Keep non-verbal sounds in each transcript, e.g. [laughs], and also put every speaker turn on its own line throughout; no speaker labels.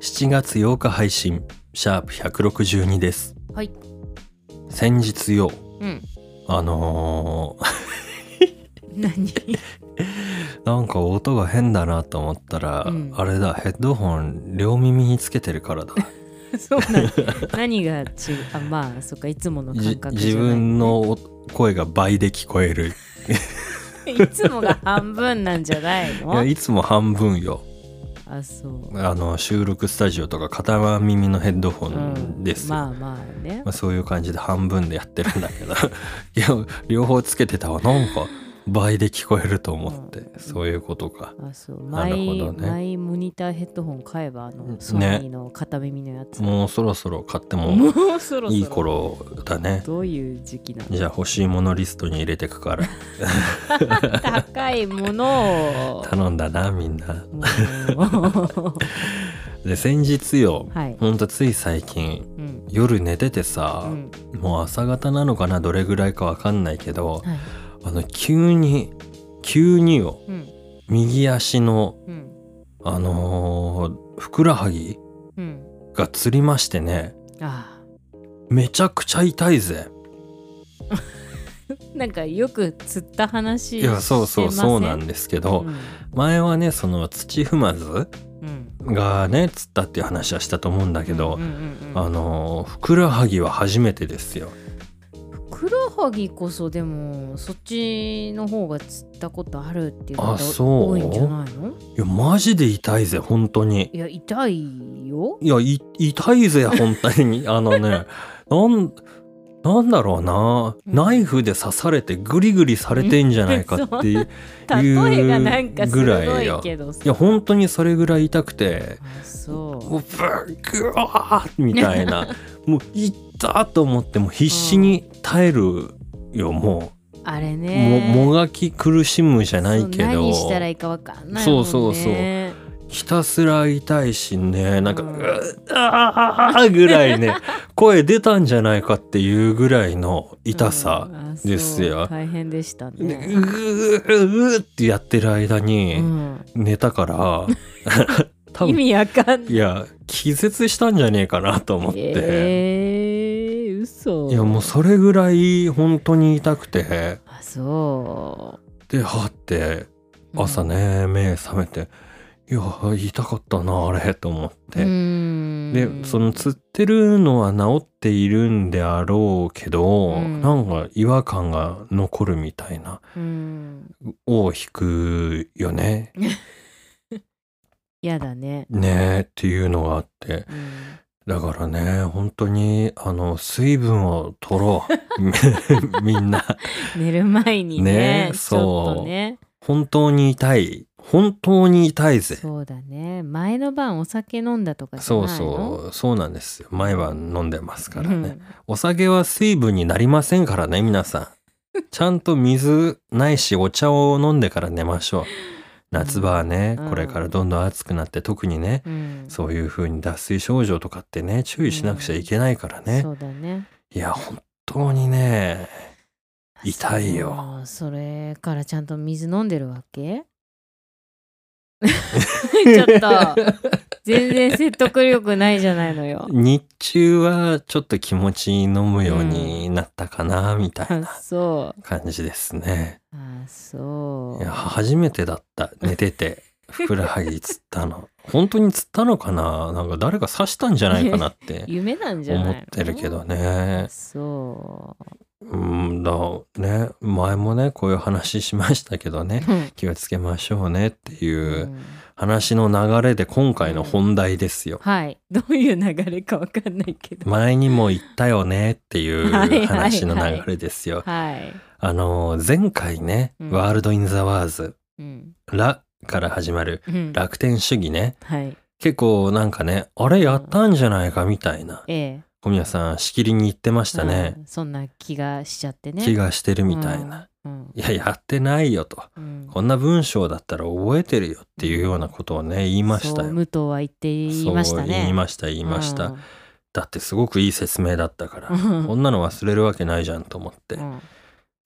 7月8日配信シャープ162です
はい
先日よ
うん
あのー
何 [laughs]
なんか音が変だなと思ったら、
うん
あれだヘッドホン両耳につけてるから
[laughs]
だ
そうなん何が違うあまあそっかいつもの
じ
感覚じ
自
ゃない
分のお声が倍で聞こ
[laughs]
える
いつもが半分なんじゃない
いや
の
いつも半分よ
あそう
あの収録スタジオとか片耳のヘッドホ
う
ン
ん
です、
まあまあね
まあそういう感じで半分でやってるんだけ
[laughs]
どいや両方つけてたわなんか倍で聞こえると思って、
うん
そういうことか
あそう
な
マ
る
イ,、
ほどね
マイモニターヘッドホン買えばあ
ね
のソニーの片耳のやつ、
もうそろそろ買っても
もうそろそろ
いい頃だね
どういう時期なの
じゃあ欲しいものリストに入れて
[laughs]
くから
高いものを
頼んだなみんな
もう
で先日よ、
はい
ほんとつい最近
うん
夜寝てて
う
さ、
ん
もう朝方なのかなどれぐらいかわかんないけど
はい
あの急に急によ
うん
右足の
うん
あのーふくらはぎ
うん
がつりましてね
あ
めちゃくちゃ痛いぜ
あなんかよく釣った話
いやそうそう
してませ
そうなんですけど、前はねその土踏まず
うんうん
がねつったっていう話はしたと思うんだけど、
うんうんうんうん
あのーふくらはぎは初めてですよ
ふくらはぎこそでもそっちの方が釣ったことあるっていう
あ
方
そう
多いんじゃないの
いやマジで痛いぜ本当に
いや痛いよ
いやい痛いぜ本当
[laughs]
にあのねなんなんだろうな
うん
ナイフで刺されてグリグリされてんじゃないかっていう
例えがなんか
ぐら
鋭
いよ
いけどさ
いや本当にそれぐらい痛くて
あそう
もうブワーグワーみたいなもういったと思ってもう必死に耐えるよも
あれ
う、
ね
ももがき苦しむじゃないけ
そう
ど
何したらいいかわかんないもんね
そうそうそうひたすら痛いしねなんか
う
「
ん
うっあー」ぐらいね声出たんじゃないかっていうぐらいの痛さ
う、んあそう
ですよ
大変でした
う
ね、
うううってやってる間
う
に
ん、
寝
[laughs]
たから、多
意
分
味わかんない
いや気絶したんじゃねえかなと思って。
えー、嘘
いやもうそれぐらい本当に痛くて
あそ
ではって
う
朝ね、目覚めていや痛かったなあれと思っ
う
て、
ん
でそのつってるのは治っているんであろうけど、
うん
なんか違和感が残るみたいな
うん
を引くよね
嫌だね、
ねえっていうのがあって
うん
だからね本当にあの水分を取ろう [laughs] みんな。
寝る前にね
ね
ちょっとね
本当に痛い本当に痛いぜ
そうだね前の晩お酒飲んだとかじゃ
そ
ないうの
そうそうなんですよ毎晩飲んでますからね、
うん
お酒は水分になりませんからね皆さんちゃんと水ないしお茶を飲んでから寝ましょう夏場はね、
うん
これからどんどん暑くなって特にね、
うん
そういう風に脱水症状とかってね注意しなくちゃいけないからね、
そうだね
いや本当にね痛いよ
そうそれからちゃんと水飲んでるわ
[laughs]
け [laughs] ちょっと全然説得力ないじゃないのよ
日中はちょっと気持ち飲むようになったかなみたい
あ
な
そ
感じですね。
うあそ
いうや初めてだった寝ててふくらはぎつったの [laughs] 本当につったのかななんか誰か刺したんじゃないかなって
夢なんじゃないの
思ってるけどね。
そ
うんだね前もねこういう話しましたけどね
う、
気をつけましょうねって
う
いうん話の流れで今回の本題ですよ。
はいどういう流れかわかんないけど
前にも言ったよねっていう
はいはいはい
話の流れですよ。
はい、
あの前回ね、
うん
ワールド・イン・ザ・ワーズ
うん
「ラ」から始まる
うん、
楽天主義ね
はい
結構なんかね、あれやったんじゃないかみたいな、
ええ
小宮さんしきりに言ってましたね。
うんそんな気がしちゃってね
気がしてるみたいな。、
うん
いや、やってないよと。
うん
こんな文章だったら覚えてるよっていうようなことをね、言いまし
そ
たよ
う。武藤は言っていました
そ
ね
う言いました言いました、だってすごくいい説明だったから、
うん
こんなの忘れるわけないじゃんと思って、
うん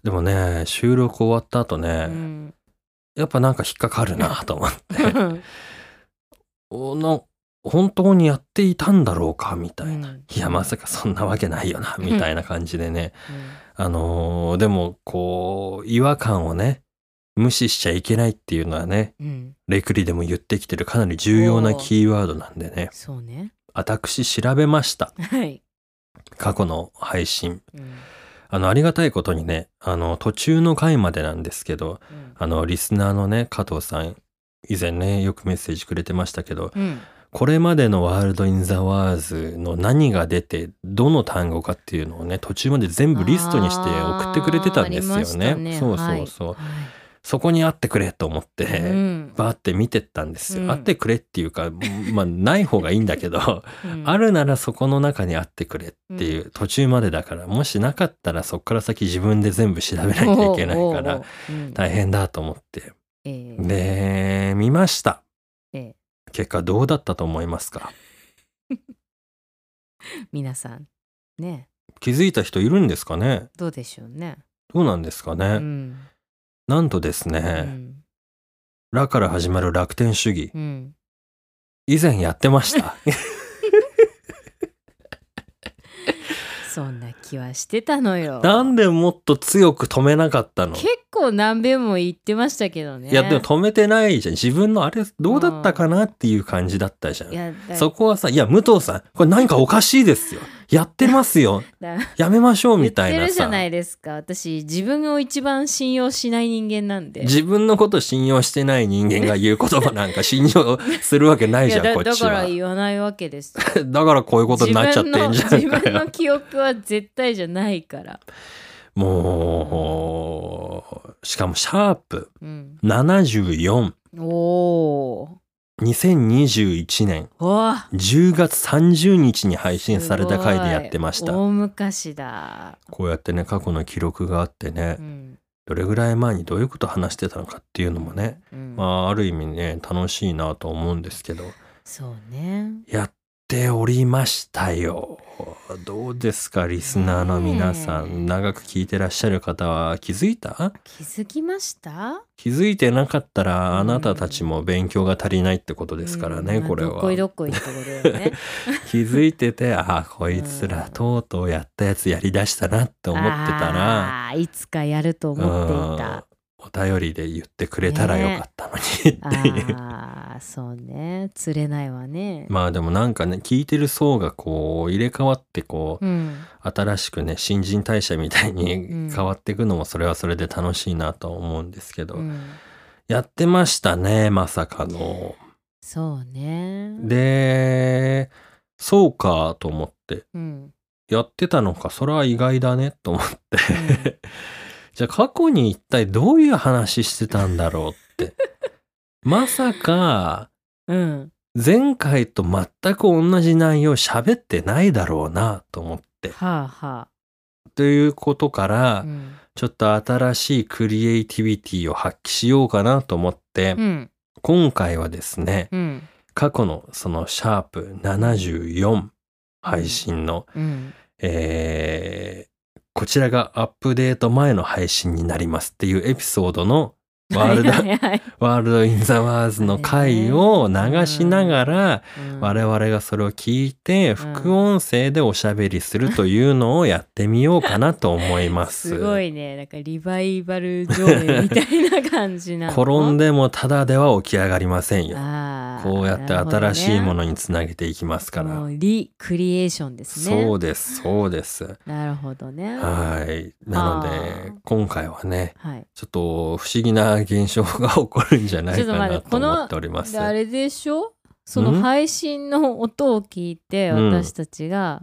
でもね収録終わった後ね、
うん
やっぱなんか引っかかるなと思って
うん
おな本当にやっていたんだろうかみたいな、
うん
いやまさかそんなわけないよなみたいな感じでね、あのーでもこう違和感をね無視しちゃいけないっていうのはね
うん
レクリでも言ってきてるかなり重要なキーワードなんでね
そうね
私調べました
はい、
過去の配信
うん
あの、ありがたいことにね、あの、途中の回までなんですけど、
うん
あの、リスナーのね、加藤さん、以前ね、よくメッセージくれてましたけど、
うん
これまでのワールド・イン・ザ・ワーズの何が出て、どの単語かっていうのをね、途中まで全部リストにして送ってくれてたんです
あーありま
よ
し
ね。
たね
そうそうそう。
はい
そこにあってくれと思って、
うん
バーって見てったんですよ。
うん
あってくれってい
[laughs]
うか、まあ、ない方がいいんだけど、
うん
あるならそこの中にあってくれっていう途中までだから、もしなかったらそこから先自分で全部調べなきゃいけないか
おうおう
ら
おううん
大変だと思って。
ええ
で、見ました。
え
結果どうだったと思いますか
え皆さんね
気づいた人いるんですかね
どうでしょうね。
どうなんですかね、
うん
なんとです
う
ね、
ん
ラから始まる楽天主義、
うん
以前やってま
[laughs]
した。
そんな気はしてたのよ。
なんでもっと強く止めなかったの
結構何べんも言ってましたけどね。
いや、でも止めてないじゃん。自分のあれどうだったかなっていう感じだったじゃん
い。やだ
そこはさ、いや、武藤さん、これ何かおかしい
[laughs]
ですよ。やってますよ。
だ
やめましょう
言っ
みたい
て
な
るじゃ
さ。
ないですか私自分を一番信用しない人間なんで
自分のこと信用してない人間が言う言葉なんか信用するわけな
[laughs]
い
い
じゃ
やだ
ん、こっ
だ
ち
から
は。
言わないわけですよ
[laughs] だからこういうことになっちゃってんじゃ
自
ん
分の自
か
分
よ
の。記憶は絶対じゃないから、
もう、しかもシャープ
うん、
74、
おー
2021年
おー
10月30日に配信された回でやってまし
す
た
ごい。大昔だ、
こうやってね、過去の記録があってね
う、ん
どれぐらい前にどういうこと話してたのかっていうのもね、
うん
まあある意味ね楽しいなと思うんですけど
そうね
やっておりましたよどうですかリスナーの皆さ
ね
ん
え
長く聞いてらっしゃる方は気づいた
気づきました
気づいてなかった
うん
らあなたたちも勉強が足りないってことですからね、
うんまあ
これ
どっこいど
は
っこいってことだよね
気づいててああこいつらとうとうやったやつやりだしたなって [laughs] 思ってたら
あーいつかやると思っていた
うんお便りで言ってくれたらよかったのにっていう、
ああそうね釣れないわね、
[laughs] まあでもなんかね聞いてる層がこう入れ替わってこう、
うん
新しくね新人代謝みたい
うん
に変わっていくのもそれはそれで楽しいなとは思うんですけど、
うん
やってましたねまさかの。
そうね
でそうかと思って
うん
[laughs] やってたのかそれは意外だねと思って、 [laughs]
う
じゃあ過去に一体どういう話してたんだろうって
[laughs]
まさか
うん
前回と全く同じ内容喋ってないだろうなと思って。
はあは
ということから、
あうん、
ちょっと新しいクリエイティビティを発揮しようかなと思って、
うん
今回はですね、
うん
過去のそのシャープ74配信の、
うん
えーこちらがアップデート前の配信になりますっていうエピソード
[laughs]
のワールド、
はいはいはい
ワールドインザワーズの回を流しながら、
うん
我々がそれを聞いて、副音声でおしゃべりするというのをやってみようかなと思います。
[laughs] すごいねなんかリバイバル上映みたいな感じなの
転んでもただでは起き上がりませんよ。
あー
こうやって新しいも
なる
のにつなげていきますか
ほどねも
ら。
うリクリエーションですね
そうです、そうです。
なるほどね
はい。なので
あー、
今回はね、
はい
ちょっと不思議な現象が起こるんじゃないかな
ちょっと待ってことの
思っております
で。あれでしょその
ん
配信の音を聞いて
うん
私たちが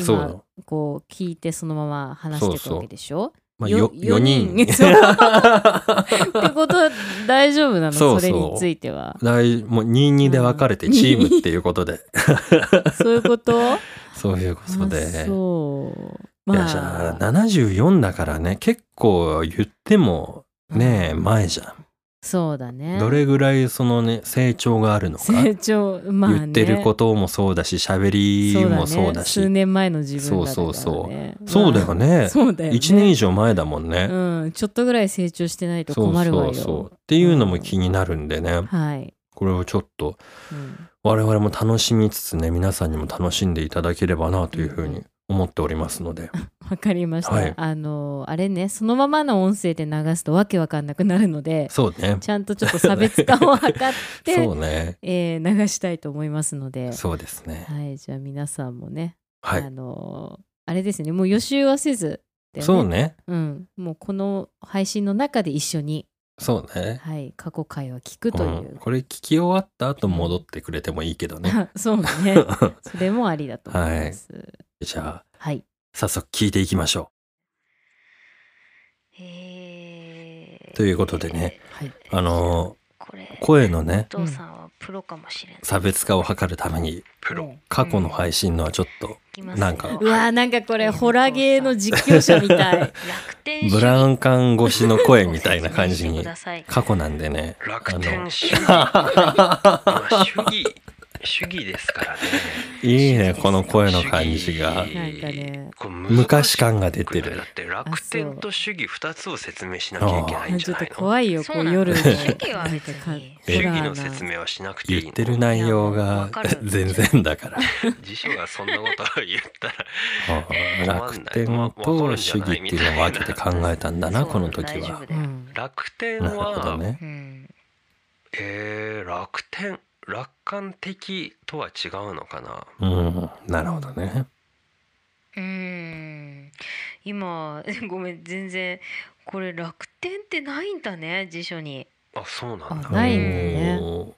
そう
今
よ
こう聞いてそのまま話していくわけでしょ
まあ、
よ
よ4人 [laughs]
そうってことは大丈夫なの
そうそう
れについては
大もう22で分かれてチームっていうことで
そういうこと
[laughs] そういうことで
あそう
いやじゃあ74だからね結構言ってもねえ前じゃ
そうだ
ん
ね
どれぐらいそのね成長があるのか
成長まあ、ね、
言ってることもそうだし喋りも
そ
そうう
だ
だ
ね、
し
数年前の自分だったから、ね、
そうそう
まあ
そうだよね
そうだよね
1年以上前だもんね、
うんちょっとぐらい成長してないと
そう
困るわ
そ
よ
うそうっていうのも気になるんでね、
はい、
これをちょっと
うん
我々も楽しみつつね皆さんにも楽しんでいただければなというふうに思っておりますので
わかりました、
はい
あのあれねそのままの音声で流すとわけわかんなくなるので
そうね
ちゃんとちょっと差別化を図って
[laughs] そうね
えー流したいと思いますので、
そうですね
はい、じゃあ皆さんもね、
は
あ
い
のーあれですねもう予習はせずだよね
そうね
うん、もうこの配信の中で一緒に、
そうね、
はい、過去回は聞くという
うん、これ聞き終わった後戻ってくれてもいいけどね
[laughs] そうねそれもありだと思います。
じゃあ
はい、
早速聞いていきましょうということでね
はい
あの
これ
声のね
お父さんはプロかもしれない、
差別化を図るために
プロ
過去の配信のはちょっと
いますよ
なんか
うわーなんかこれホラゲーの実況者み
[laughs]
たい [laughs]
楽天主義
ブラウン管越しの声みたいな感じに
ご説明してください
過去なんでね
楽天主義まあ主義主義ですからね
[laughs] いいねこの声の感じが
主義
なんかね
こう
昔感が出てる
だって楽天と主義二つを説明しなきゃいけないん
ち
じ
ょ
ゃ
っ
な
と
いの
怖いよ
そ
こ
う
う
なんだ
夜の
主義は別に
なんか
主
ホラ
義
ー
の
な
説明はしなくていい
言
の
ってる内容が
わか
[laughs]
る
全然だから
辞書がそんなことを言ったら
うん楽天と主義っていうのを分けて考えたんだな
そう
この時
大丈夫
は
だよ
うん
楽天
なるほど
は、
ね
うん
えー楽天楽観的とは違うのかな
うんなるほどね
うーん今 [laughs] ごめん全然これ楽天ってないんだね辞書に
あそうなんだ
あないんだね
お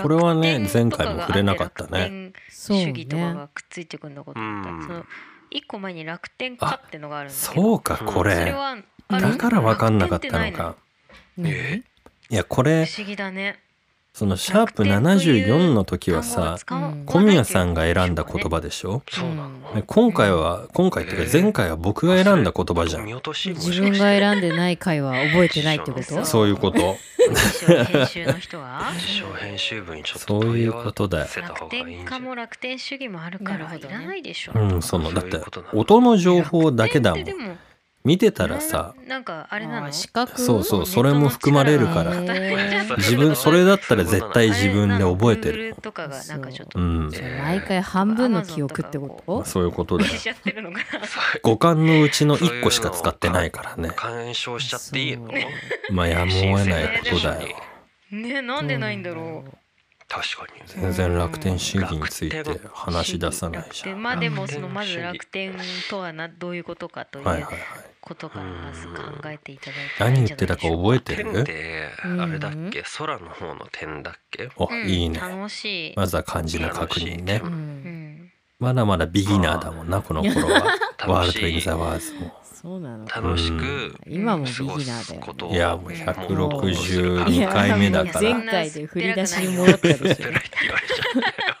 これはね
楽天と
前
が
回も触れなかったね
あって楽
そう
天主
ね
義とかがくっついてくるのことだった、
うん
その一個前に楽天かってのがあるんだけど
そうかこ
それ
れ
はあれ
だから分かんなかったのか
何
え
いやこれ
不思議だね
そのシャープ74の時はさ
うん
小宮さんが選んだ言葉でしょ
そうなの、
で今回は今回っていうか前回は僕が選んだ言葉じゃ
見
ん
落としも
自
し
分
か
が
して
選んでない回は覚えてないってこと
そういうこと
編集の人は
辞書編集部にちょっと
そういうことだよ
問い合わせた方
楽
がい
天
いんじゃ
家
ない
も楽天主義もあるか
な
ら
るほ
い
どね
らないでしょ、
うんそのだっ
そうい
て
うことなの
音の情報だけだもん
楽天ってでも
見てたらさ
ななんかあれな
あ
の
ー資格
そうそうそれも含まれるから
へー
自分それだったら絶対
あれ
自分で覚えて
なの Google
る
とかがなんかちょっと
うん
じゃあ毎回半分の記憶ってこ
まあ
と
そういうことだよ
消しちゃってるのかな
五感のうちの一個しか使ってないからね
干渉しちゃっていいの
そう
まあやむを得ないことだよ
[laughs] ねなんでないんだろう
確かに
全然楽天主義について話し出さないじゃん
まあでも
楽
そ
天
のまず
主義
楽天とはなどういうことかとい
はいはいうはい
ことからまず考えていただいたらいい
何言
んじ
っ
ゃ
て
な
たか
いでしょう
覚えて
点っ
る
て
うん
あれだっけ空の方の点だっけ
あ
うん
いいね
楽しい、
まずは漢字の確認ね
う
うんん、
まだまだビギナーだもんなこの頃はワー
[laughs] 楽
ルド・イン・
しい
ザ・ワーズも
そうなの
楽しく
今もビギ
過
ナ
ご
ー
す
だよね
ことを
いやもう
い
162
や
回目だ
も
か
う
ら
前回で振り出しに戻った
薄
で
っ
し
ぺ
ょ
らいって言われちゃ
[laughs]
ったよ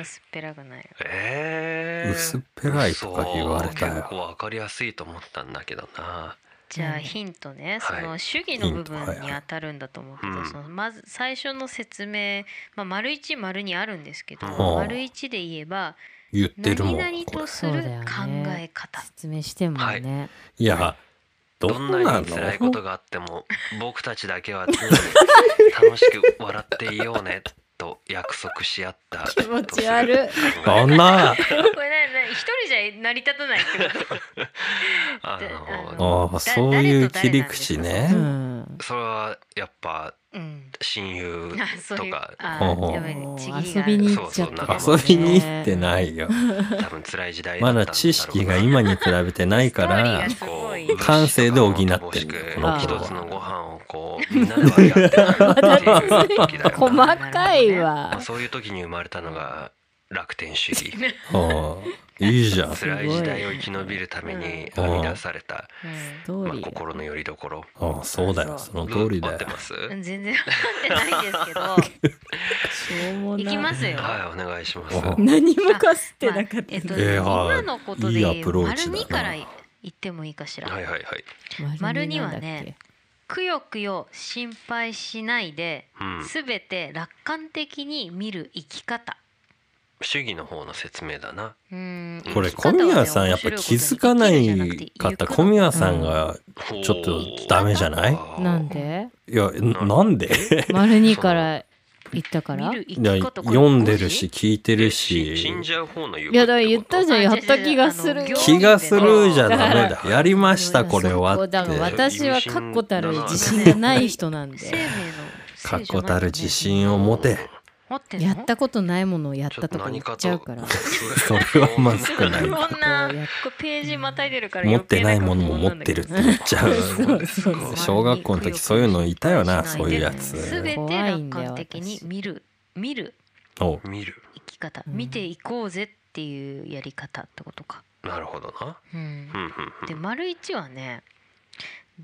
あすっぺらくないよ
えー
薄っぺらいとか言われた
そう結
よ
構わかりやすいと思ったんだけどな
じゃ
う
あ
ん
ヒントね、
はい
その主義の部
ヒントはい
分
はい
に当たるんだと思うけど、
うん
そのまず最初の説明、まあ、丸一丸にあるんですけど、
うん
丸一で言えば
言ってるも
何
ん
々
これ
とす
そう
る
だよね
考え方、
説明しても
はい
ね、
いやど
ど
ん
ん
な
な
の
に辛いことがあっても僕たちだけは常に楽しく笑っていようねと約束し合った
気持ち悪い
どんな
[laughs] これなな一人じゃ成り立たないってこと
あ
あ
の [laughs]
の
ああそういう切り口
う
ね。
ん、
それはやっぱ
うん
親友
あそういう
とか
あ
ほうほう
やばいねちぎりが
遊びに行
ある
っちゃっ
そう
た
そう
遊びに行ってないよ。
多分辛い時代だ
ま
ったんだろう
だ
な
知識が今に比べてないか
ストーリー
ら
がすごい
こう
感性で補ってんだよ
の子
こ
は
一つのご飯をこうみんなで
[laughs]
割り合ってるっていう時だよな
細かいわ
まあ、そういう時に生まれたのが楽天主義
ああいいじゃん。
辛い時代を生き延びるために
うん
編み出された、
スト
ま
ー
あ、
リーが
心の拠り所
ああそうだよその通りだ
合
よ
って。ます
うん全然わかってないです
[laughs]
けど
しょうも
行
な
きますよ。
はいお願いします
あ
何もかすってなかった
えっと、
ええはい
今のことで
いいアプローチだ
丸
な
二から言ってもいいかしら。
はいはいはい、
丸に
丸には
なんだっけ
ねくよくよ心配しないで、
うん、
すべて楽観的に見る生き方。
主義の方の説明だな
うーん
これ小宮さんやっぱ気づかないかった小宮さんがちょっとダメじゃない
なんで
いやなんで
[laughs] 丸にから言ったからい
いや読んでるし聞いてる
し死ん
し
じゃう方の言う
やだから言ったじゃんや
あ
った気がする
違う違うあ
気
の
がするじゃダメ [laughs]
だ
だ
から
やりましたこれは
そう
[laughs] って
だから私は確固たる自信がない人なんで
生命の
確固たる自信を持て
持ってんの
やったことないものをやったとか言っちゃうから
それはまずくない
こんな
やっ
こうページまたいでるから
持っ
余
て
計
ない
んか
ものも持ってるって言っちゃう
そうそうそう
小学校の時そういうのいたよなそういうや
す
つ
べて楽観的に見る見る
お
見る
生き方
うん
見ていこうぜっていうやり方ってことか。
なるほどな
うん
うんうん
で丸一はね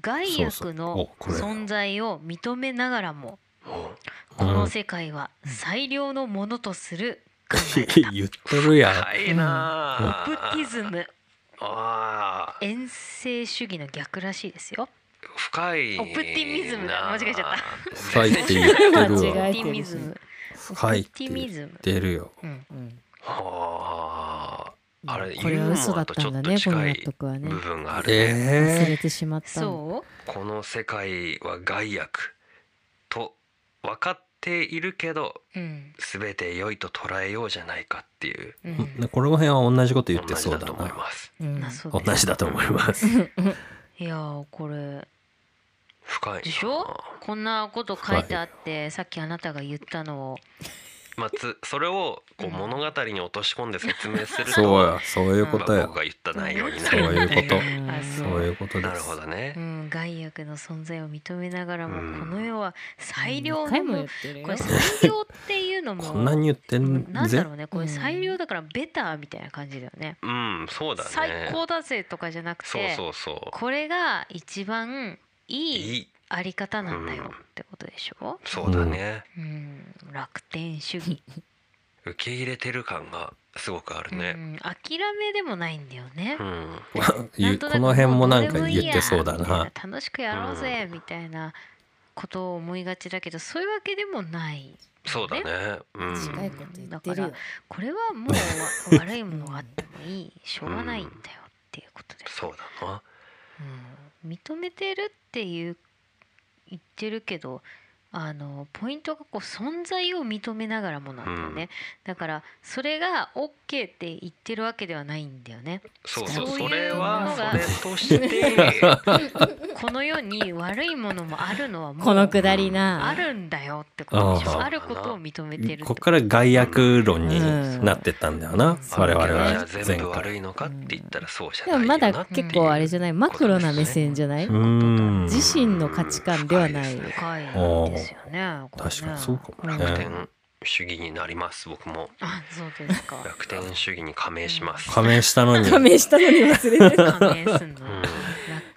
害悪
そう
の
そうおこれ
存在を認めながらも
うん
この世界は最良のものとする考え
[laughs]
[laughs]
言ってるやん
深いな
オ
あ
プティズム
ああ
遠征主義の逆らしいですよ。
深いな
オプティミズムだ間違えちゃっ
深いって言ってる
間
わ
違え
[laughs]
オプティミズム。
深いって言ってるよ
うん
うん
はああれ
これは嘘だったんだね
ユ
こ
ーモ
の
ア
納
とちょっと近い
得はね
部分があるね、
忘
え
れてしまったの
そ
この世界は害悪と分かっているけど
う。うん。
全て良いと捉えようじゃないかっていう
う
え
ん。
この辺は同じこと言っ
同
て
じ
そう
だ
だ
と思い
な
ます
うん
まあそう
同
です
じだと思います
いやーこれ
深いな
でしょこんなこと書いてあってさっきあなたが言ったのを
まあ、つそれを
う
こう
ん
物語に落とし込んで説明する
[laughs]
と
そうやそういうこと
まあ
や
僕が言った内容にな
そう
る
いうこと
あ
そ
そう
いうこと
な
で
る
す
ほどね
う、ん、害悪の存在を認めながら
うん
もこの世は最良
何回
の
も言
も
ってるよ
これ最良っていうのも
こんなに言ってん
なんだ
ぜ
ろうねこれ最良だからベターみたいな感じだよね
うんそうだね
最高だぜとかじゃなく
そう
て
そうそ
これが一番
う
いい
いい
あり方なんだ
うん
よってことでしょ、
そうだね、
うん、楽天主義
受け入れてる感がすごくある
う
ね
ん、諦めでもないんだよね
う。ん、
ゆ [laughs]
なんと
こ
なく
の辺もなん
ど
か
でいい
言っ
や
てそうだ
みたい
な
楽しくやろうぜみたいなことを思いがちだけど、そういうわけでもない。
そうだねうん
近いこと言ってるよ
これはもうわ悪いものがあってもいい、しょうがないんだよっていうことです。
そうだな
うん、認めてるっていう言ってるけどあのポイントがこう存在を認めながらもなんだよね、だからそれが OK って言ってるわけではないんだよね
そうそう
そういう
それ
も
は
のが
それ
[laughs]
として
この世に悪いものもあるのはもう
このくだり
あ
な
るんだよってことでし
あ
ょ
ー
あることを認めてるって
こっ
こ
から害悪論になってったんだよな、
うん
我々は
じゃあ
前
全部
回
悪いのかって言ったらそうじゃ
で
ないよ
も
な
まだ
っていう
結構あれじゃないマクロな目線じゃない
うん
自身の価値観ではない
深ですね
深いですよねこれね
確かにそうかも
楽
ね
天主義になります僕も
あそうですか
楽天主義に加盟します、
加盟した
[laughs]
のに
加盟したのに忘れてた
加盟すんの
うん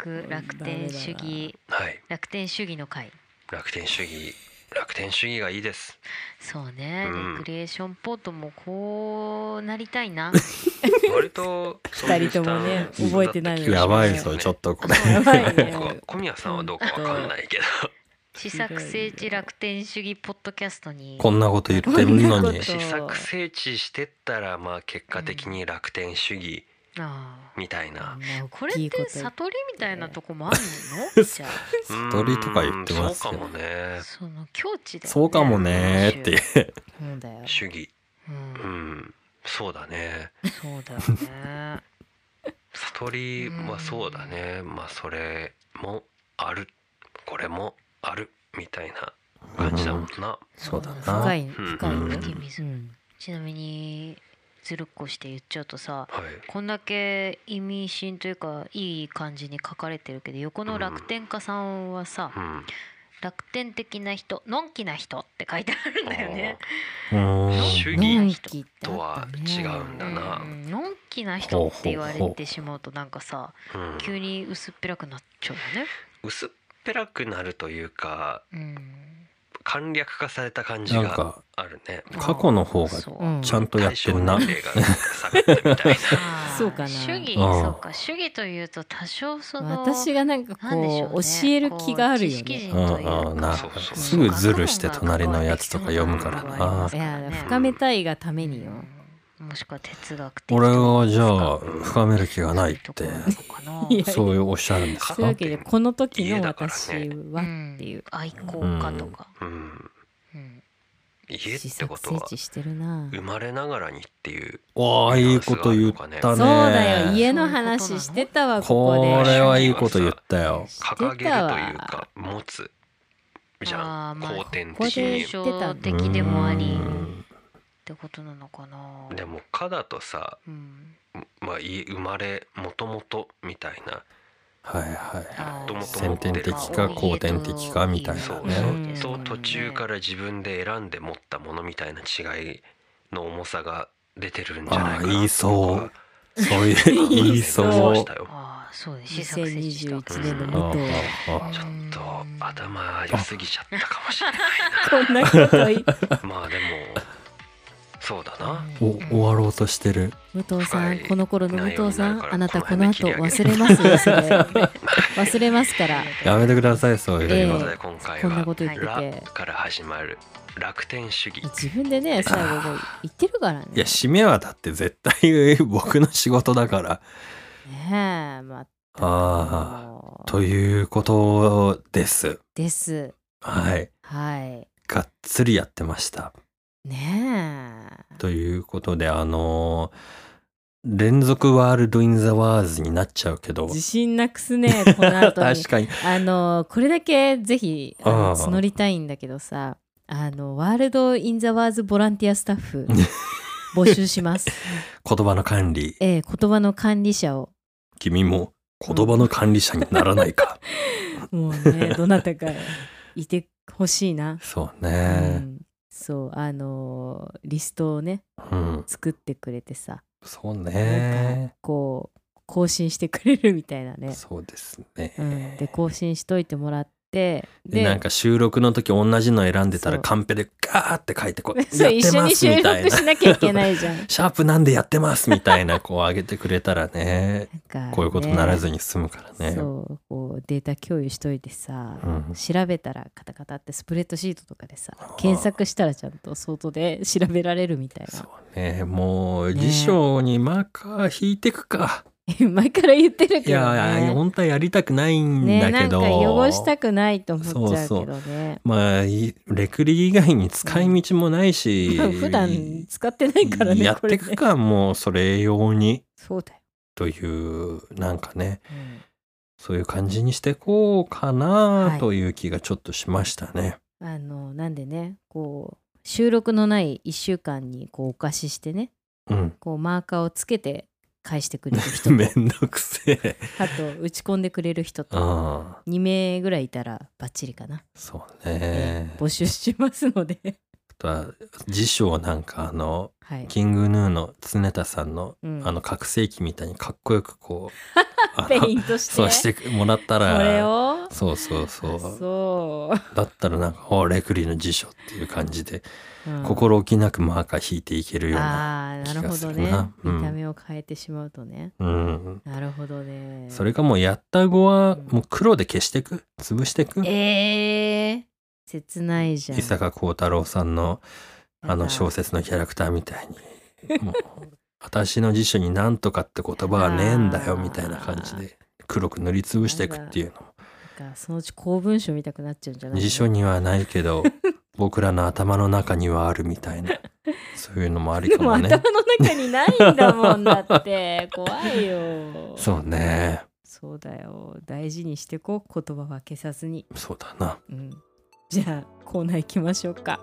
楽楽天主義
はい
楽天主義の会
楽天主義楽天主義がい
[laughs]
いです
そうね、
うん
レクリエーションポートもこうなりたい
[laughs]
な。
割と
二人ともね覚えてないのに
やばいぞちょっとこれ
やばいね
[laughs] と小宮さんはどうかわかんないけど
試作聖地楽天主義ポッドキャストに。
こんなこと言ってるの
こんな
に
こと
試作整地してったらまあ結果的に楽天主義
ああ
みたいな、
これって悟りみたいなとこもある
[laughs]
の？じゃ
うん、
悟りとか言ってます
そ
よ
うかもね
あその境地で、
そうかもねーって。
そうだよ
主義
う、
うんんそうだね
そうだよね。
悟りはそうだね、まあそれもあるこれもあるみたいな感じだもんな、
[laughs] そうだ
深
ない
深い
うん
ね
オプティミズ
う
ム
ん
ちなみにずるっこして言っちゃうとさ、
はい
こんだけ意味深というかいい感じに書かれてるけど、横の楽天家さんはさ、
うん
楽天的な人のんきな人って書いてあるんだよね。
う
主
ーん
義
のんきってあったね
とは違うんだな
うんのんきな人って言われてしまうとなんかさ
うん
急に薄っぺらくなっちゃうよね。
薄っぺらくなるというか
うん、
簡略化された感じ
なん
が
か
あるね。
過去の方が
そう
うん
ちゃんとやってるな
対象年齢が下がったみたいな。
あー
そうかな
主義
あー
そうか主義というと多少その
私がなんか
なんでしょ
こう
ね
教える気があるよ
こう知識
ね。
人という
[laughs]
か
うんうんな
そうそう
すぐズルして隣のやつとか読むからない
や
か
深めたいがためによ。
うんもしくは哲学的
俺はじゃあ
うん
深める気がないっ
そう
て
いうとこなのか
い
な
や
そういうおっしゃるんです
そういう
か
わけでこの時
家
の
だから
私
ね
はっていう。
ん愛好家とか、
うん、
うん
家っ
試
てこ
作
と
整
は
地してるな。
生まれながらにっていう
わあいいこと言った
そう
ね
だよ
え
家の話してたわここ
こ
で。
れはいいこと言ったよ
掲げるというか持つじゃ
あー
ん
まあ
後天
ここ
的
で
に
抽。象的でもありってことなのかな
でも「か」だとさ、
うん
まあ、い生まれもともとみたいな
はいはい
あー
ともと
先天的か後天的かみたいなね
そう
うん
ずっと途中からら自分で選んで持ったものみたいな違いの重さが出てるんじゃない
あ
か
あ
な
言い
僕
そ
は [laughs]
うそういう
いい
言い
そう
そう
したよ
ああそうです試作設置した
2021年の
ああ
元を
あ
ちょっと頭良すぎちゃったかもしれない
こんなこと言って
なまあでもそうだな
お終わろうとしてる
武藤さん
深い
この頃の武藤さ
内容になるか
ん
ら
あなたこ
こ
の
の
後
辺で
忘
切り
れますよそれ忘れますから
やめてくださいそういう
という
の
こ
え
と
え
で今回
こんな
は
こと言っ
「
て
ら
て」
から始まる楽天主義
自分でね最後もう言ってるからね
いや締めはだって絶対僕の仕事だから
ねえまっ
あ
も
あ
う
ということです
です
はい
はい
がっつりやってました
ねえ
ということであのー連続ワールド・イン・ザ・ワーズになっちゃうけど
自信なくすねこの後に
確かに
あのこれだけぜひあ
ああ
の募りたいんだけどさあのワールド・イン・ザ・ワーズボランティアスタッフ募集します、
言葉の管理
ええ言葉の管理者を
君も言葉の管理者にならないか、
もうねどなたかいてほしいな、
そう
う
ね
ん、そうあのーリストをね
うん、
作ってくれてさ、
そう
なん
ね
かこう更新してくれるみたいなね、
そうですね、
うん、で更新しといてもらって
でなんか収録の時同じの選んでたら
そう
カンペでガーって書いてこう
[laughs] [laughs] そう一緒
ま
に
す
収
みたい
録
な
しなきゃいけないじゃんなん
シャープなんでやってますみたいなこう上げてくれたら
[laughs]
ね
かね
[laughs] こういうことならずに済むからね
そうこうデータ共有しといてさ、
うん
調べたらカタカタってスプレッドシートとかでさ検索したらちゃんと外で調べられるみたい
そ
な
うねもう
ね
辞書にマーカー引いてくか、
[laughs] 前から言ってる
い
けど、ね、
や本当はやりたくないん
ね
だ
な
け
んか
ど、
汚したくないと思っちゃうけどね
まあいレクリ以外に使い道もないし、
まあ [laughs] 普段使ってないからね
やっ
これ
て
ね
くかもうそれ用に
そうだよ、
というなんかね
うん
そういう感じにしてこうかな
はい
という気がちょっとしましたね。 [laughs]
あのなんでねこう収録のない1週間にこうお貸ししてね
うん
こうマーカーをつけて返してくれる
[laughs]
人と
めんどくせえ。
あと打ち込んでくれる人と
ああ
2名ぐらいいたらバッチリかな、
そうね。
募集しますので [laughs]
あとは辞書をなんかあの
はい、
キングヌーの常田さんの
うん
あの覚醒器みたいにかっこよくこうあ
[laughs] ペ
の
イントして
そうしてもらったら
これを
そうそうそう
あそう
だったらなんかおレクリの辞書っていう感じで、
うん
心置きなくマーカー引いていけるような、
ああーな
気
る
が
ほ
す
ど
る
ね
なうん
見た目を変えてしまうとね、
うん、
なるほどね
それかもうやった後はもう黒で消してく潰してく
えー、切ないじゃん
伊坂幸太郎さんのあの小
説
説のキャラクターみたいにもう私の辞書になんとかって言葉はねえんだよみたいな感じで黒く塗りつぶしていくっていう
かそのうち公文書見たくなっちゃうんじゃな
の
い
辞書にはないけど僕らの頭の中にはあるみたいなそういうのもあり
で
か
も
もね
頭の中にないんだもんだって
[laughs]
怖いよ
そうね
そうだよ大事にしてこう言葉は消さずに、
そうだな
うん、じゃあコーナー行きましょうか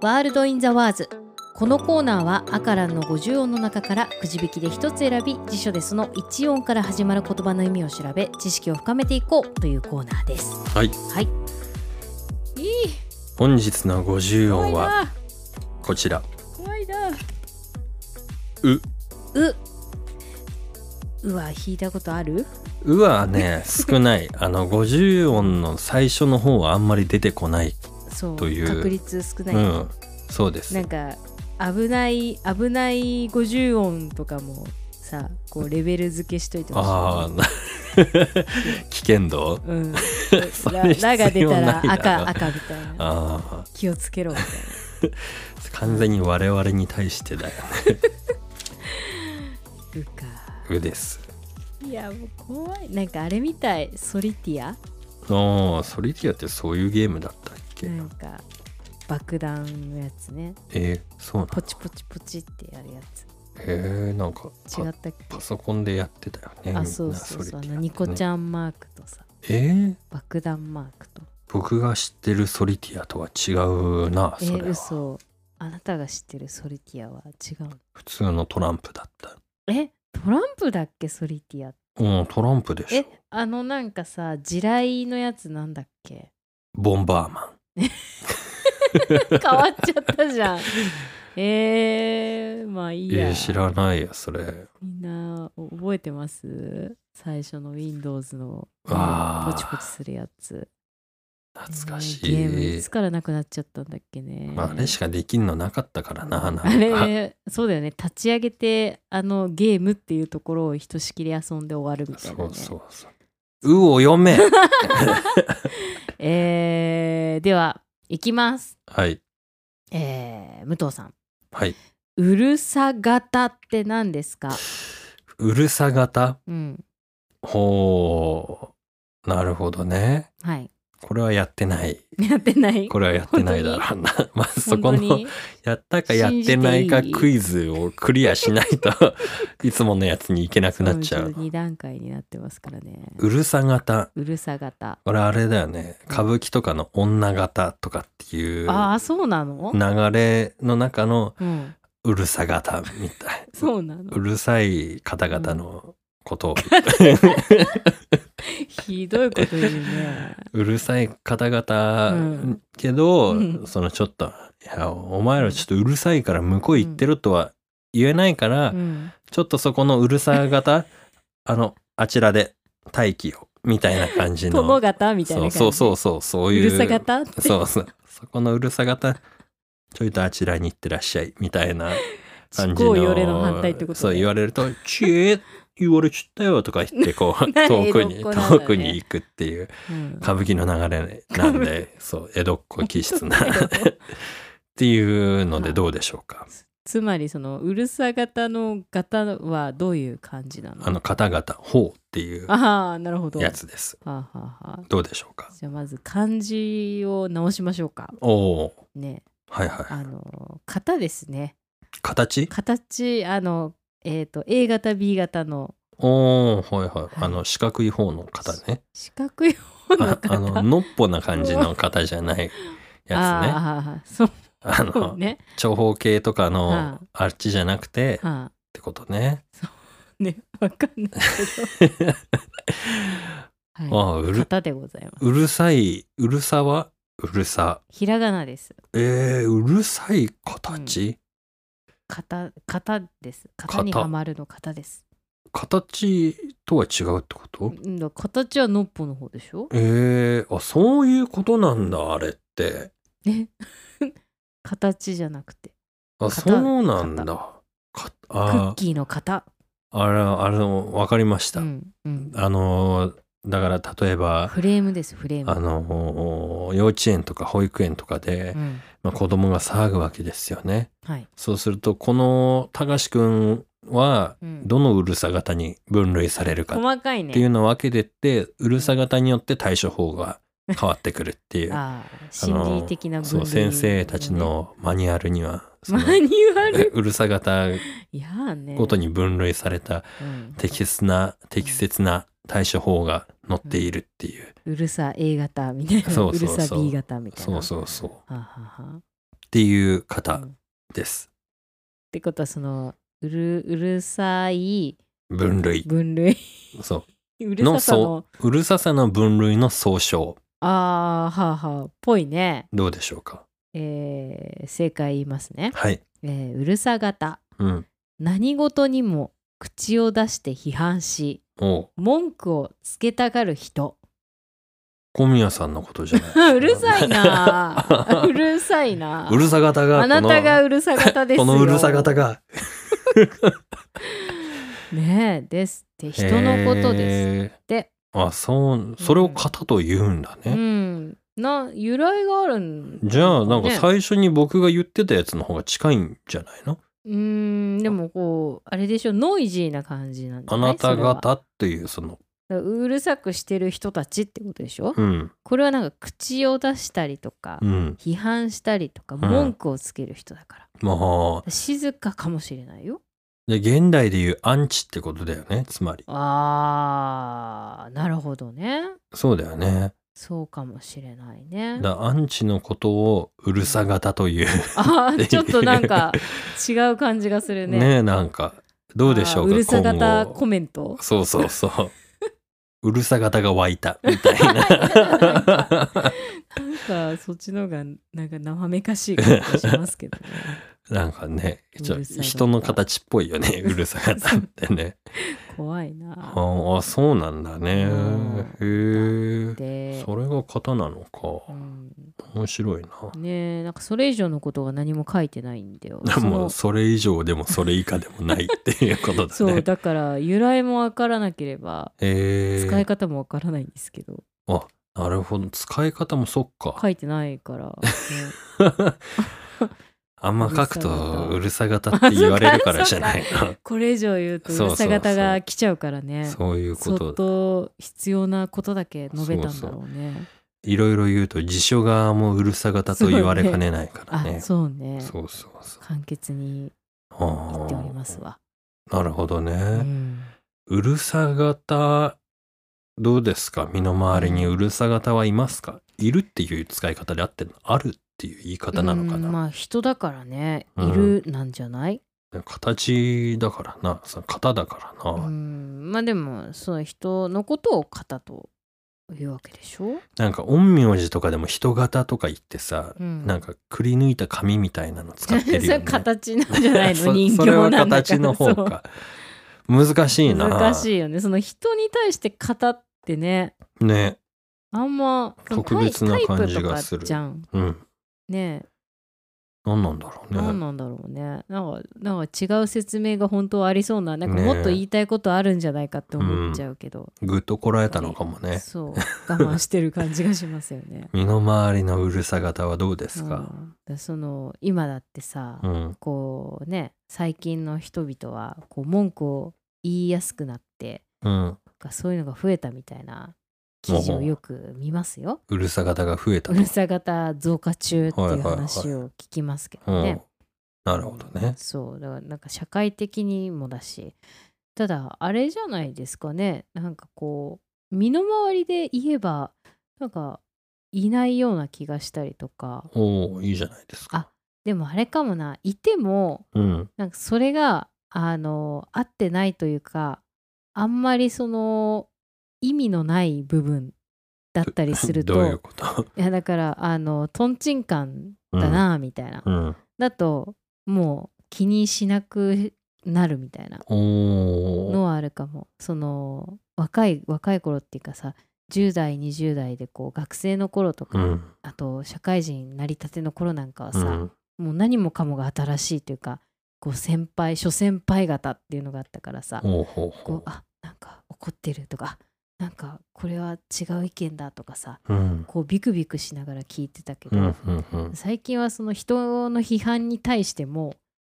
ワールド・イン・ザ・ワーズこのコーナーは「あ」からの50音の中からくじ引きで1つ選び辞書でその1音から始まる言葉の意味を調べ知識を深めていこうというコーナーです。
はい
はい。いい
本日の50
怖
音
い
は
な
こちら
怖いな。う
う
う。うわ引いたことある？
うはね少ない [laughs] あの50音の最初の方はあんまり出てこない、
そう。
という
確率少ない。
うんそうで
な
す
んか危ない危ない50音とかもさこうレベル付けしといてほしい。
ああ [laughs] 危険度 [laughs]
うん、
それ
ララが出たら
必要ないだろ
赤赤みたいな
ああ
気をつけろみたい
完全に我々に対してだよね
なうか
うです
いやもう怖いなんかあれみたいソリティア
ああソリティアってそういうゲームだったっけ、
なんか爆弾のやつね
えー、そうなの
ポチポチポチってやるやつ
へえなんかパ
違ったっけ
パソコンでやってたよね
あそうそうそうあのニコち
ん
ゃんマークとさ
えー、
爆弾マークと
僕が知ってるソリティアとは違うな
え
それは、
ー、嘘あなたが知ってるソリティアは違うの
普通のトランプだった
えトランプだっけソリティアって
うんトランプでしょ
えあのなんかさ地雷のやつなんだっけ [laughs]
ボンバーマン
変わっちゃったじゃんえー、まあいいや、
えー知らないよそれ
みんな覚えてます最初の Windows の
あー
ポチポチするやつ
懐かし
ねゲームい
い
つ、からなくなっちゃったんだっけね、
まあ、あれしかできんのなかったからななんか
あれそうだよね立ち上げてあのゲームっていうところをひとしきり遊んで終わるみた
そ
いな、ね
う、そうそううを読め [laughs]
えーではいきます、
はい
えー武藤さん
はいう
るさ型って何ですか
うるさ型
うん
ほうなるほどね
はい
これはやってない
やってない
これはやってないだろうな [laughs] まあそこ
本当
の
に
やったかやってないか
信じていい
クイズをクリアしない
[laughs]
といつものやつに行けなくなっちゃう
2段階になってますからね
うるさ型
うるさ型
これあれだよね歌舞伎とかの女型とかっていう
ああそうなの
流れの中の
うん
うるさ型みたい
そうなの
うるさい方々の
[laughs]
ことを、
ひどいこと言うね
うるさい方々、
うん
けど、
うん
そのちょっと「いやお前らちょっとうるさいから向こう行ってろ」とは言えないから、
うん
ちょっとそこのうるさ型 [laughs] あのあちらで待機をみたいな感
[laughs]
じの
殿型みたいな感じ
そうそうそうそうそう
う
いう
るさ型って
[laughs] そうそうそこのうるさ型ちょいとあちらに行ってらっしゃいみたい
[laughs]
な感じ
地
の
高よれの反対ってことね
そう言われると「ちえ言われちったよ」とか言ってこう
[laughs] 何
遠くに、
江戸っ子なんだね
遠くに行くっていう
うん
歌舞伎の流れなん
[laughs]
でそう江戸っ子気質なっていうのでどうでしょうか
つまりそのうるさ型の型はどういう感じなの
あの方々「ほう」っていう
ああなるほど
やつです
はあ、はあはあ、
どうでしょうか
じゃあまず漢字を直しましょうか
おお
ね
はいは
あの型ですね
い形
形あのえっ、と A 型 B 型の
おおはいはい、あ
は
の四角い方の型ね
四角い方
[laughs]
の
あ
型
あののっぽな感じの型じゃないや
ああそう
つねあの
ね
長方形とかの
は
あっちじゃなくてっ
はあ
てことね
ねわかんない
[laughs]
けど、は
ああう
い、
る
型でございます
うるさいうるさはうるさ
ひらがなです
えー、うるさい形、
型型です型に
型
はまるの型です
形とは違うってこと
うんだ形はのっぽの方でしょ
えー、あそういうことなんだあれって
ね [laughs] 形じゃなくて
あ
型
そうなんだか
ク
あ
ッキーの型
あれあれわかりました、
うんうん
あのーだから例えば
フレームですフレーム
あのー幼稚園とか保育園とかで、
うん
まあ、子供が騒ぐわけですよね
はい、
そうするとこのたかしくんは
うん
どのうるさ型に分類されるかっ
細かいね
ていうのを分けてって、うるさ型によって対処法が変わってくるっていう
ああ
あの
心理的な分
そう
類
先生たちのマニュアルにはそ
マ
の
ニュアル
[laughs] うるさ型
いやーね
ごとに分類された
うん
適切な適切な対処法が載っているっていう、
うるさ A 型みたいな
そうそうそう
るさ B 型みたいな
そうそうそうっ
はあはあはあ
ていう方
うん
です。
ってことはそのうるうるさい
分類
分類 [laughs]
そう
る
の
ささの
そううるささの分類の総称
あーはあはあぽいね、
どうでしょうか
えー正解言いますね、
はい
えーうるさ型
うん
何事にも口を出して批判し
おう
文句をつけたがる人 [laughs]
小宮さんのことじゃない
うるさい
[laughs]
なうるさいな
うるさ型が
あなたが
こ
うるさ型です
の
よ
[laughs] このうるさ型が
ねえですって人のことです
へー
って、
あそうそれを型と言うんだ
う
ね、
んな由来があるん
じゃあなんか
ね
最初に僕が言ってたやつの方が近いんじゃないの
うーんでもこうあれでしょノイジーな感じなんじ
あ
ゃない
なた
それはだか
方っていうその
らうるさくしてる人たちってことでしょ、
うん
これはなんか口を出したりとか、
うん
批判したりとか
ん
文句をつける人だから、
まあ
静かかもしれないよ
で現代でいうアンチってことだよねつまり
あーなるほどね
そうだよね
そうかもしれないね
だアンチのことをうるさ型という
あーちょっとなんか違う感じがする
ね
ね
えなんかどうでしょう
あ
か
ーうるさ型
今後
コメント
[laughs] そうそうそううるさ型が湧いたみたいな
なんかそっちの方がなんか生めかしい感じがしますけどね
[laughs] なんかねちょ
うるさ型
人の形っぽい
[laughs]
よねうるさ型ってね
怖い
[laughs] あ
な
ーあそうなんだね
うん
へえ
で
それが型なのか
うん
面白いな
ねえなんかそれ以上のことが何も書いてないんだよそ
[laughs] も
の
うそれ以上でもそれ以下でもないっていうことだ
そう
ね
だから由来もわからなければ
へ
使い
え
方もわからないんですけど
なるほど使い方もそっか、
書いてないから、
[laughs]
ね、
あんま書くとうるさ型って
うるさ型
言われるからじゃないな
これ以上言うと
そう
う
そう
る
そう
さ型が来ちゃうからね
[laughs] そういうこ
そ
と
っ
だ
と必要なことだけ述べたんだろうね
いろいろ言うと辞書側もうるさ型と言われかねないからね
あそうね
そうそうそう
簡潔に
あ
言っております
ー
わ、
なるほどね、
うん、
うるさ型どうですか身の回りにうるさ型はいますかいるっていう使い方であってんのあるっていう言い方なのか
うん
な、
まあ人だからね
うん
いるなんじゃない、
形だからなその型だから
う
な、
ん、まあでもその人のことを型というわけでしょ、
なんか陰陽師とかでも人型とか言ってさ、
うん、
なんかくり抜いた紙みたいなの使ってるよ、
[laughs] それ
ね、
形なんじゃない
[laughs] そ
の人
そ [laughs]
形
れ
な
は
んだから
形の方か難し
そ
いうな
難しいよねその人に対して型ってね
ね
あんまその
特別な
タイ
感じが
タイプと
する
かじゃん
うん
ね
何なんだろう
え、何
ね
なんだろうねなんかなんか違う説明が本当はありそうななんか
ねえ
もっと言いたいことあるんじゃないかって思っちゃうけど、
ぐっとこらえたのかもね。
そう我慢してる感じがしますよね
身の回りのうるさ型はどう [laughs] です
うん
か、
だその今だってさ、
うん
こうね最近の人々はこう文句を言いやすくなって
うん、
なんかそういうのが増えたみたいな記事をよく見ますよ。
うるさ型が増えた
う
と
るさ型増加中って
はい
いう
はいはい
話を聞きますけ
う
どね。
ん、なるほどね
そうだからなんか社会的にもだしただあれじゃないですかねなんかこう身の回りで言えばなんかいないような気がしたりとか
おおいいじゃないですか
あでもあれかもないても
うん
なんかそれがあの合ってないというかあんまりその意味のない部分だったりすると
どういうこと、
いやだからあのとんちんかん
うん、
だなみたいな、
うん
だともう気にしなくなるみたいな
お
の
お
はあるかもその若い若い頃っていうかさ10代20代でこう学生の頃とか、
うん
あと社会人なりたての頃なんかは
う
さ、
ん
もう何もかもが新しいというかこう先輩諸先輩方っていうのがあったからさ
ほうほう
こう
ほ
あなんか怒ってるとかあなんかこれは違う意見だとかさ
ううん
こうビクビクしながら聞いてたけ
う
ど、
んうんうん
最近はその人の批判に対しても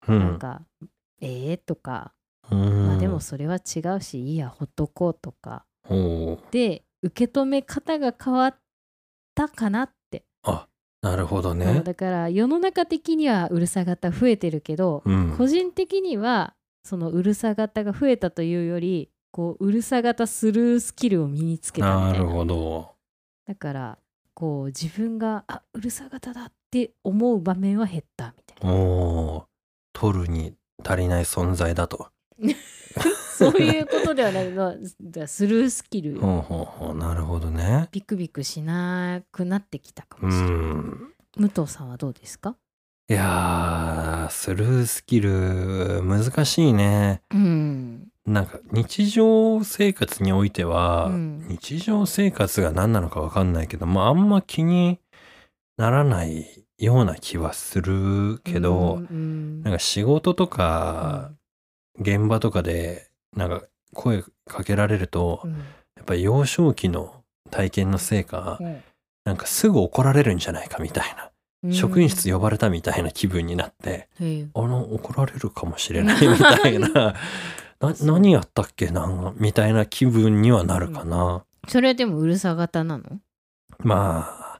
う
なん
ん
か「ええー」とか、
うん
まあでもそれは違うしいいやほっとこうとか
おお
で受け止め方が変わったかなって、
なるほど
そう
ね
だから世の中的にはうるさ型増えてるけど、
うん
個人的にはそのうるさ型が増えたというよりこううるさ型スルースキルを身につけたみ
な
たいな
るほど
だからこう自分があ
[laughs]
うるさ型だって思う場面は減ったみたいな。
おお取るに足りない存在だと。
そういうことではないのだスルースキル、
ほうほうほう、なるほどね。
ビクビクしなくなってきたか
う
もしれない、
ん。
武藤さんはどうですか
いやー、スルースキル、難しいね。
うん
なんか、日常生活においては、
うん
日常生活が何なのかわかんないけど、まあ、あんま気にならないような気はするけど、
うんうん
なんか仕事とか、現場とかでなんか声かけられると
うん
やっぱ幼少期の体験のせいか
うん
なんかすぐ怒られるんじゃないかみたい
うん
な職員室呼ばれたみたいな気分になって
へえ
あの怒られるかもしれないみたい
[laughs]
なな何やったっけなんかみたいな気分にはなるかな、
それはでもうるさ型
[laughs]
なの
まあ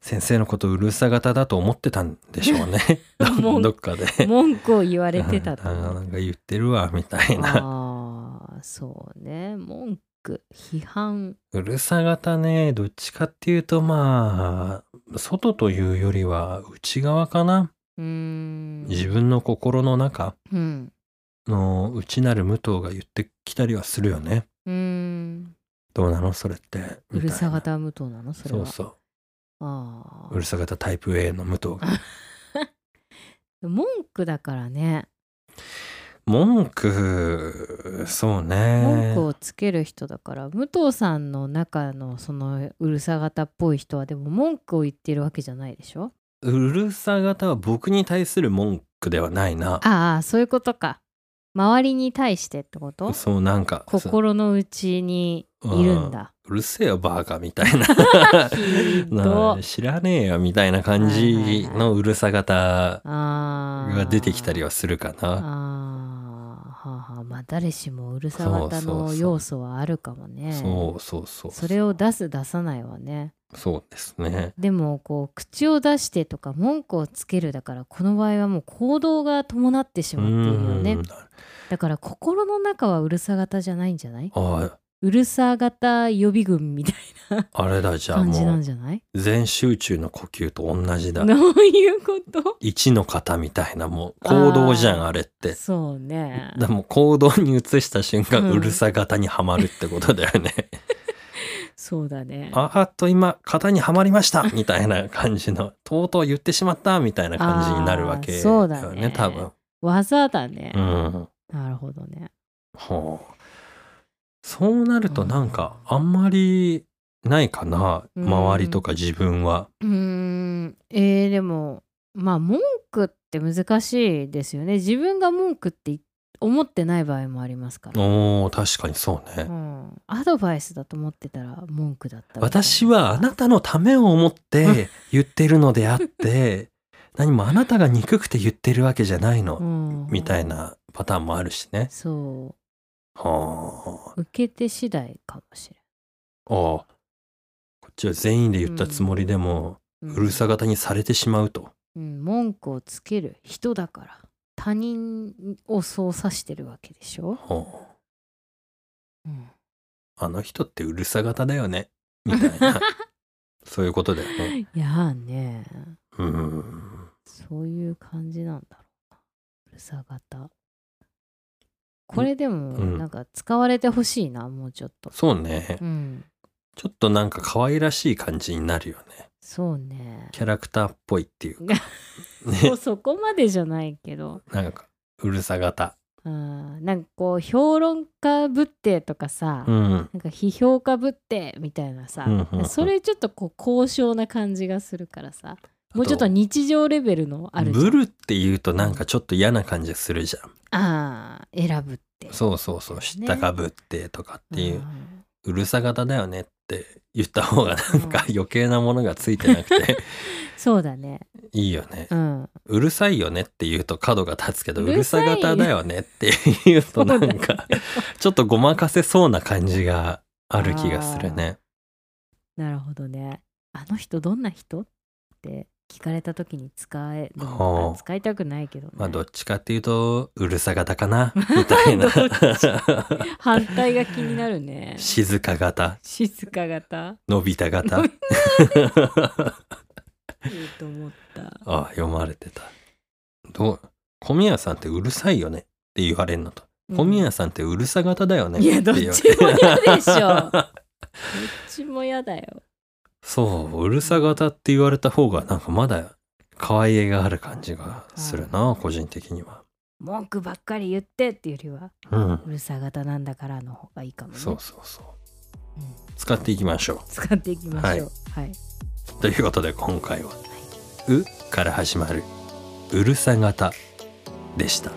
先生のことうるさ型だと思ってたんでしょうね
[laughs] も
[laughs] ど
う
どっかで
文句を言われてたと
うん [laughs] あなんか言ってるわみたいな
ああそうね文句批判
うるさ型ね、どっちかっていうとまあ、外というよりは内側かな。
うーん
自分の心の中
うん
の内なる武藤が言ってきたりはするよね。
うーん
どうなのそれって。
う
みたいな
るさ型無糖なのそれ
そう
は
そ
あ
う。うるさ型タイプ A の武藤が。
あ文句だからね
文句、そう
文
ね。
句をつける人だから武藤さんの中のそのうるさ型っぽい人はでも文句を言ってるわけじゃないでしょ
うるさ型は僕に対する文句ではないな。
ああそういうことか周りに対してってこと
そうなんか
心の内にいるんだ
うるせえよバーカみた
[laughs]
いな
ひ [laughs] ど
な
っ
知らねえよみたいな感じのうるさ型
あー
が出てきたりはするか
あー
な。
はあはあまあ誰しもうるさ
そう
型
そうそ
の
う
要素はあるかもね
そうそうそう。
それを出す出さないはね
そうですね。
でもこう口を出してとか文句をつけるだからこの場合はもう行動が伴ってしまっているよ
う
ね
ん
だから心の中はうるさ型じゃないんじゃない
あ
うるさ型予備軍みたい
あれだじ
な
ゃあ
感じな
も
ん
う
じゃない
全集中の呼吸と同
[laughs]
じだ。
どういうこと
一の型みたいなもう行動じゃん
あー
あれって。
そうね
でも行動に移した瞬間、
う
うんるさ型にはまるってことだよね。
[laughs] そうだね
あーっと今型にはまりましたみたいな感
[laughs]
じのとうとう言ってしまったみたいな感じになるわけ
あーそうだね
多分。
技だね
う、ん、
なるほどね
ほうそうなるとなんかあんまりないかな、
うん
周りとか自分は。
うーんえー、でもまあ文句って難しいですよね自分が文句って思ってない場合もありますから、
おー確かにそう
う
ね。
ん、アドバイスだと思ってたら文句だったみたいな
私はあなたのためを思って言ってるのであって
[laughs]
何もあなたが憎くて言ってるわけじゃないの、
うん
みたいなパターンもあるしね。
そ
はあ。
う受け手次第かもし
ああこっちは全員で言ったつもりでも、
れ、
うんるさ型にされてしまうと
うん、文句をつける人だから他人をそう指してるわけでしょ、
ほ
うん、
うあの人ってうるさ型だよねみたい
[laughs]
なそういうことだよね
いやーね
うん
そういう感じなんだろうな。うるさ型。これでも、
うん
なんか使われてほしいな、もうちょっと。
そうね
うん。
ちょっとなんか可愛らしい感じになるよね
そう
[laughs]
ね。
キャラクターっぽいってい
[laughs]
うか
も
ね
うそこまでじゃないけど、
なんかうるさ型
うん、なんかこう、評論家ぶってとかさ、
うん
なんか批評家ぶってみたいなさ、
うんうんうん
それちょっとこう、高尚な感じがするからさ、
と
もうちょっと日常レベルのあるじゃん
ブルっていうとなんかちょっと嫌な感じするじゃん
ああ、選ぶって。
そうそうそう知ったかぶってとかっていう、
ん
うるさ型だよねって言った方がなんか
う
余計なものがついてなく
[laughs]
て
そうだね。
いいよね
う。
[laughs]
ん。
うるさいよねって言うと角が立つけど
う
う
る
る
さい
さ型だよねって言うとなん
そう [laughs] だ
かちょっとごまかせそうな感じがある気がするね。
なるほどね。あの人どんな人って聞かれた時に使える
ほう
使いたくないけどね。
まあどっちかっていうとうるさ型か
[laughs]
なみたい
ど
な。
っち [laughs] 反対が気になるね
[laughs] 静か型
静か型
のび太
[laughs]
型 [laughs]
のびいいと思った。
あ読まれてた。どう小宮さんってうるさいよねって言われるのと、
うん
小宮さんってうるさ型だよね
いや
って言
ど
われる
っちも嫌でしょ [laughs] どっちも嫌だよ。
そううるさ型って言われた方がなんかまだ可愛げがある感じがするな、個人的には
文句ばっかり言ってっていうよりは、
うん
うるさ型なんだからの方がいいかもね。
そうそうそう
うん
使っていきましょ
使っていきましょう。はい。
うということで今回は「う」から始まる「うるさ型」でした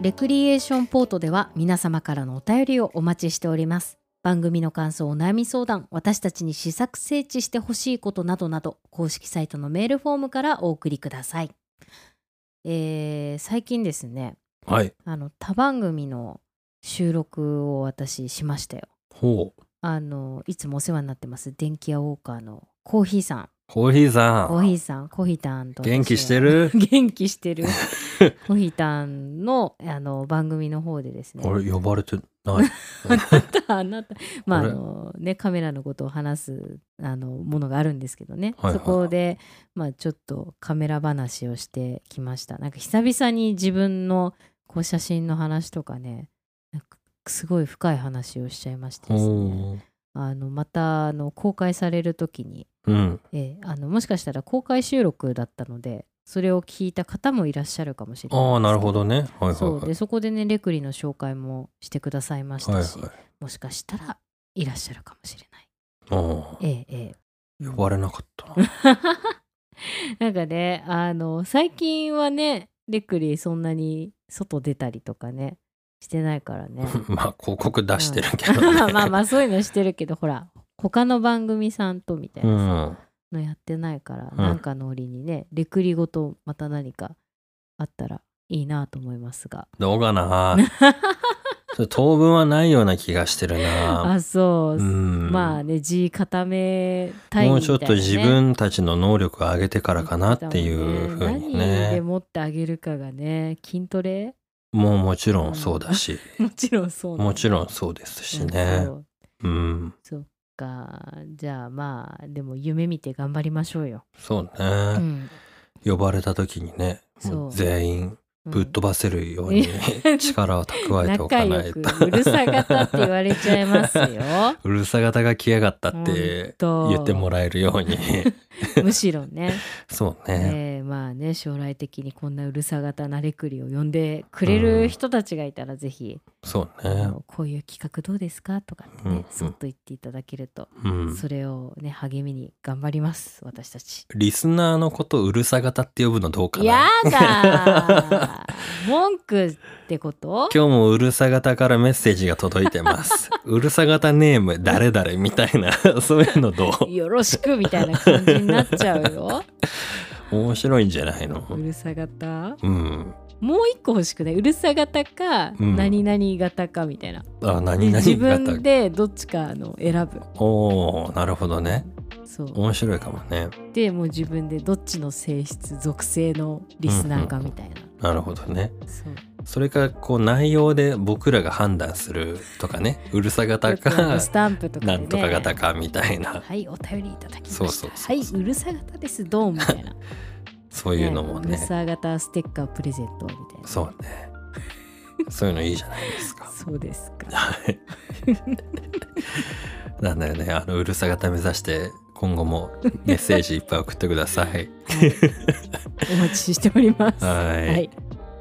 レクリエーションポートでは皆様からのお便りをお待ちしております。番組の感想、お悩み相談、私たちに試作整地してほしいことなどなど、公式サイトのメールフォームからお送りください。えー最近ですね、
はい
あの、他番組の収録を私しましたよ。
ほう
あの、いつもお世話になってます、電気屋ウォーカーのコーヒーさん。
コーヒーさん
コーヒーさん、コーヒータンと私は。
元気してる
[laughs] 元気してる。コーヒータンのあの番組の方でですね。
俺呼ばれてない [laughs]
[laughs] あなた、まあ、あ
俺
のね、カメラのことを話すあのものがあるんですけどね、
はいはい
そこで、まあ、ちょっとカメラ話をしてきました。なんか久々に自分のこう写真の話とかね、なんかすごい深い話をしちゃいましてですね、
ほ
あのまたあの公開される時に、
ううん
ええあのもしかしたら公開収録だったので、それを聞いた方もいらっしゃるかもしれないですけ
ああなるほ。どねはいはい
そ
は
う
い
でそこでねレクリの紹介もしてくださいまし
はい
たし、
はい
もしかしたらいらっしゃるかもしれない。
ああ
えええ
呼ばれな
[laughs]
かったな
え、なんかねあの最近はねレクリーそんなに外出たりとかねしてないから
[laughs]
ね。 [laughs]
まあ広告出してるけど、ね
うんまあまあそういうのしてるけどほら他の番組さんとみたいうなんのやってないから、
ん
なんかの折にねレクリごとまた何かあったらいいなと思いますが
どうか
[laughs]
なそれ当分はないような気がしてるな
あそう、
うん
まあね字固めたい
も
み
う
たいな、ね、
ちょっと自分たちの能力を上げてからかなっていうふうに
何で
ね
持ってあげるかがね筋トレ [laughs]
もうもちろんそうだし、
もちろんそうなんだ
もちろんそうですし
うん
ね
そう
うん
そっかじゃあまあでも夢見て頑張りましょうよ、
そう
う
ね、
ん、
呼ばれた時にね
そ
もう
う
全員ぶっ飛ばせるよう
う
に
ん
[laughs] 力を蓄えて
仲
おかない
良く
と
うるさ型って言われちゃいます
[laughs]
よ
うるさ型が来やがったって
ほんと
言ってもらえるように
むしろね
[laughs] そうね
えーまあね将来的にこんなうるさ型なレクリを呼んでくれる人たちがいたらぜひ、
そう
あ
ね
のこういう企画どうですかとかって
うんう
ね
ん
そっと言っていただけると、
うん
それをね励みに頑張ります私たち。
リスナーのことうるさ型って呼ぶのどうかな
やだー
[laughs]
文句ってこと
今日もうるさ型からメッセージが届いてます。
[laughs]
うるさ型ネーム誰々みたいな [laughs] そういうのどう
よろしくみたいな感じになっちゃう
[laughs]
よ。
面白いんじゃないの
うるさ型
うん。
もう一個欲しくないうるさ型か、
うん
何々型かみたいな
あ何々
自
型
分。でどっちかあの選ぶ
おおなるほどね。
そう
面白いかもね。
でもう自分でどっちの性質属性のリスナーかみたいな、
なるほどね。
そう
それかこう内容で僕らが判断するとかね。うるさ型
よくあの
か
スタンプとかで、
な
ね、
んとか型かみたいな
はいお便りいただきました
そうそうそうそう
はいうるさ型ですどうみたいな
そういうのも
うる
ね。
さ型ステッカープレゼントみたいな
そうね。そういうのいいじゃないですか。
そうですか
はい。なんだよね、あのうるさ型目指して、今後もメッセージいっぱい送ってください。
お待ちしております
はい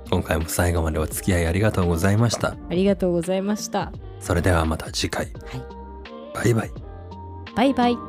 今回も最後までお付き合いありがとうございました。
ありがとうございました
それではまた次回。バイバイ。
バイバイ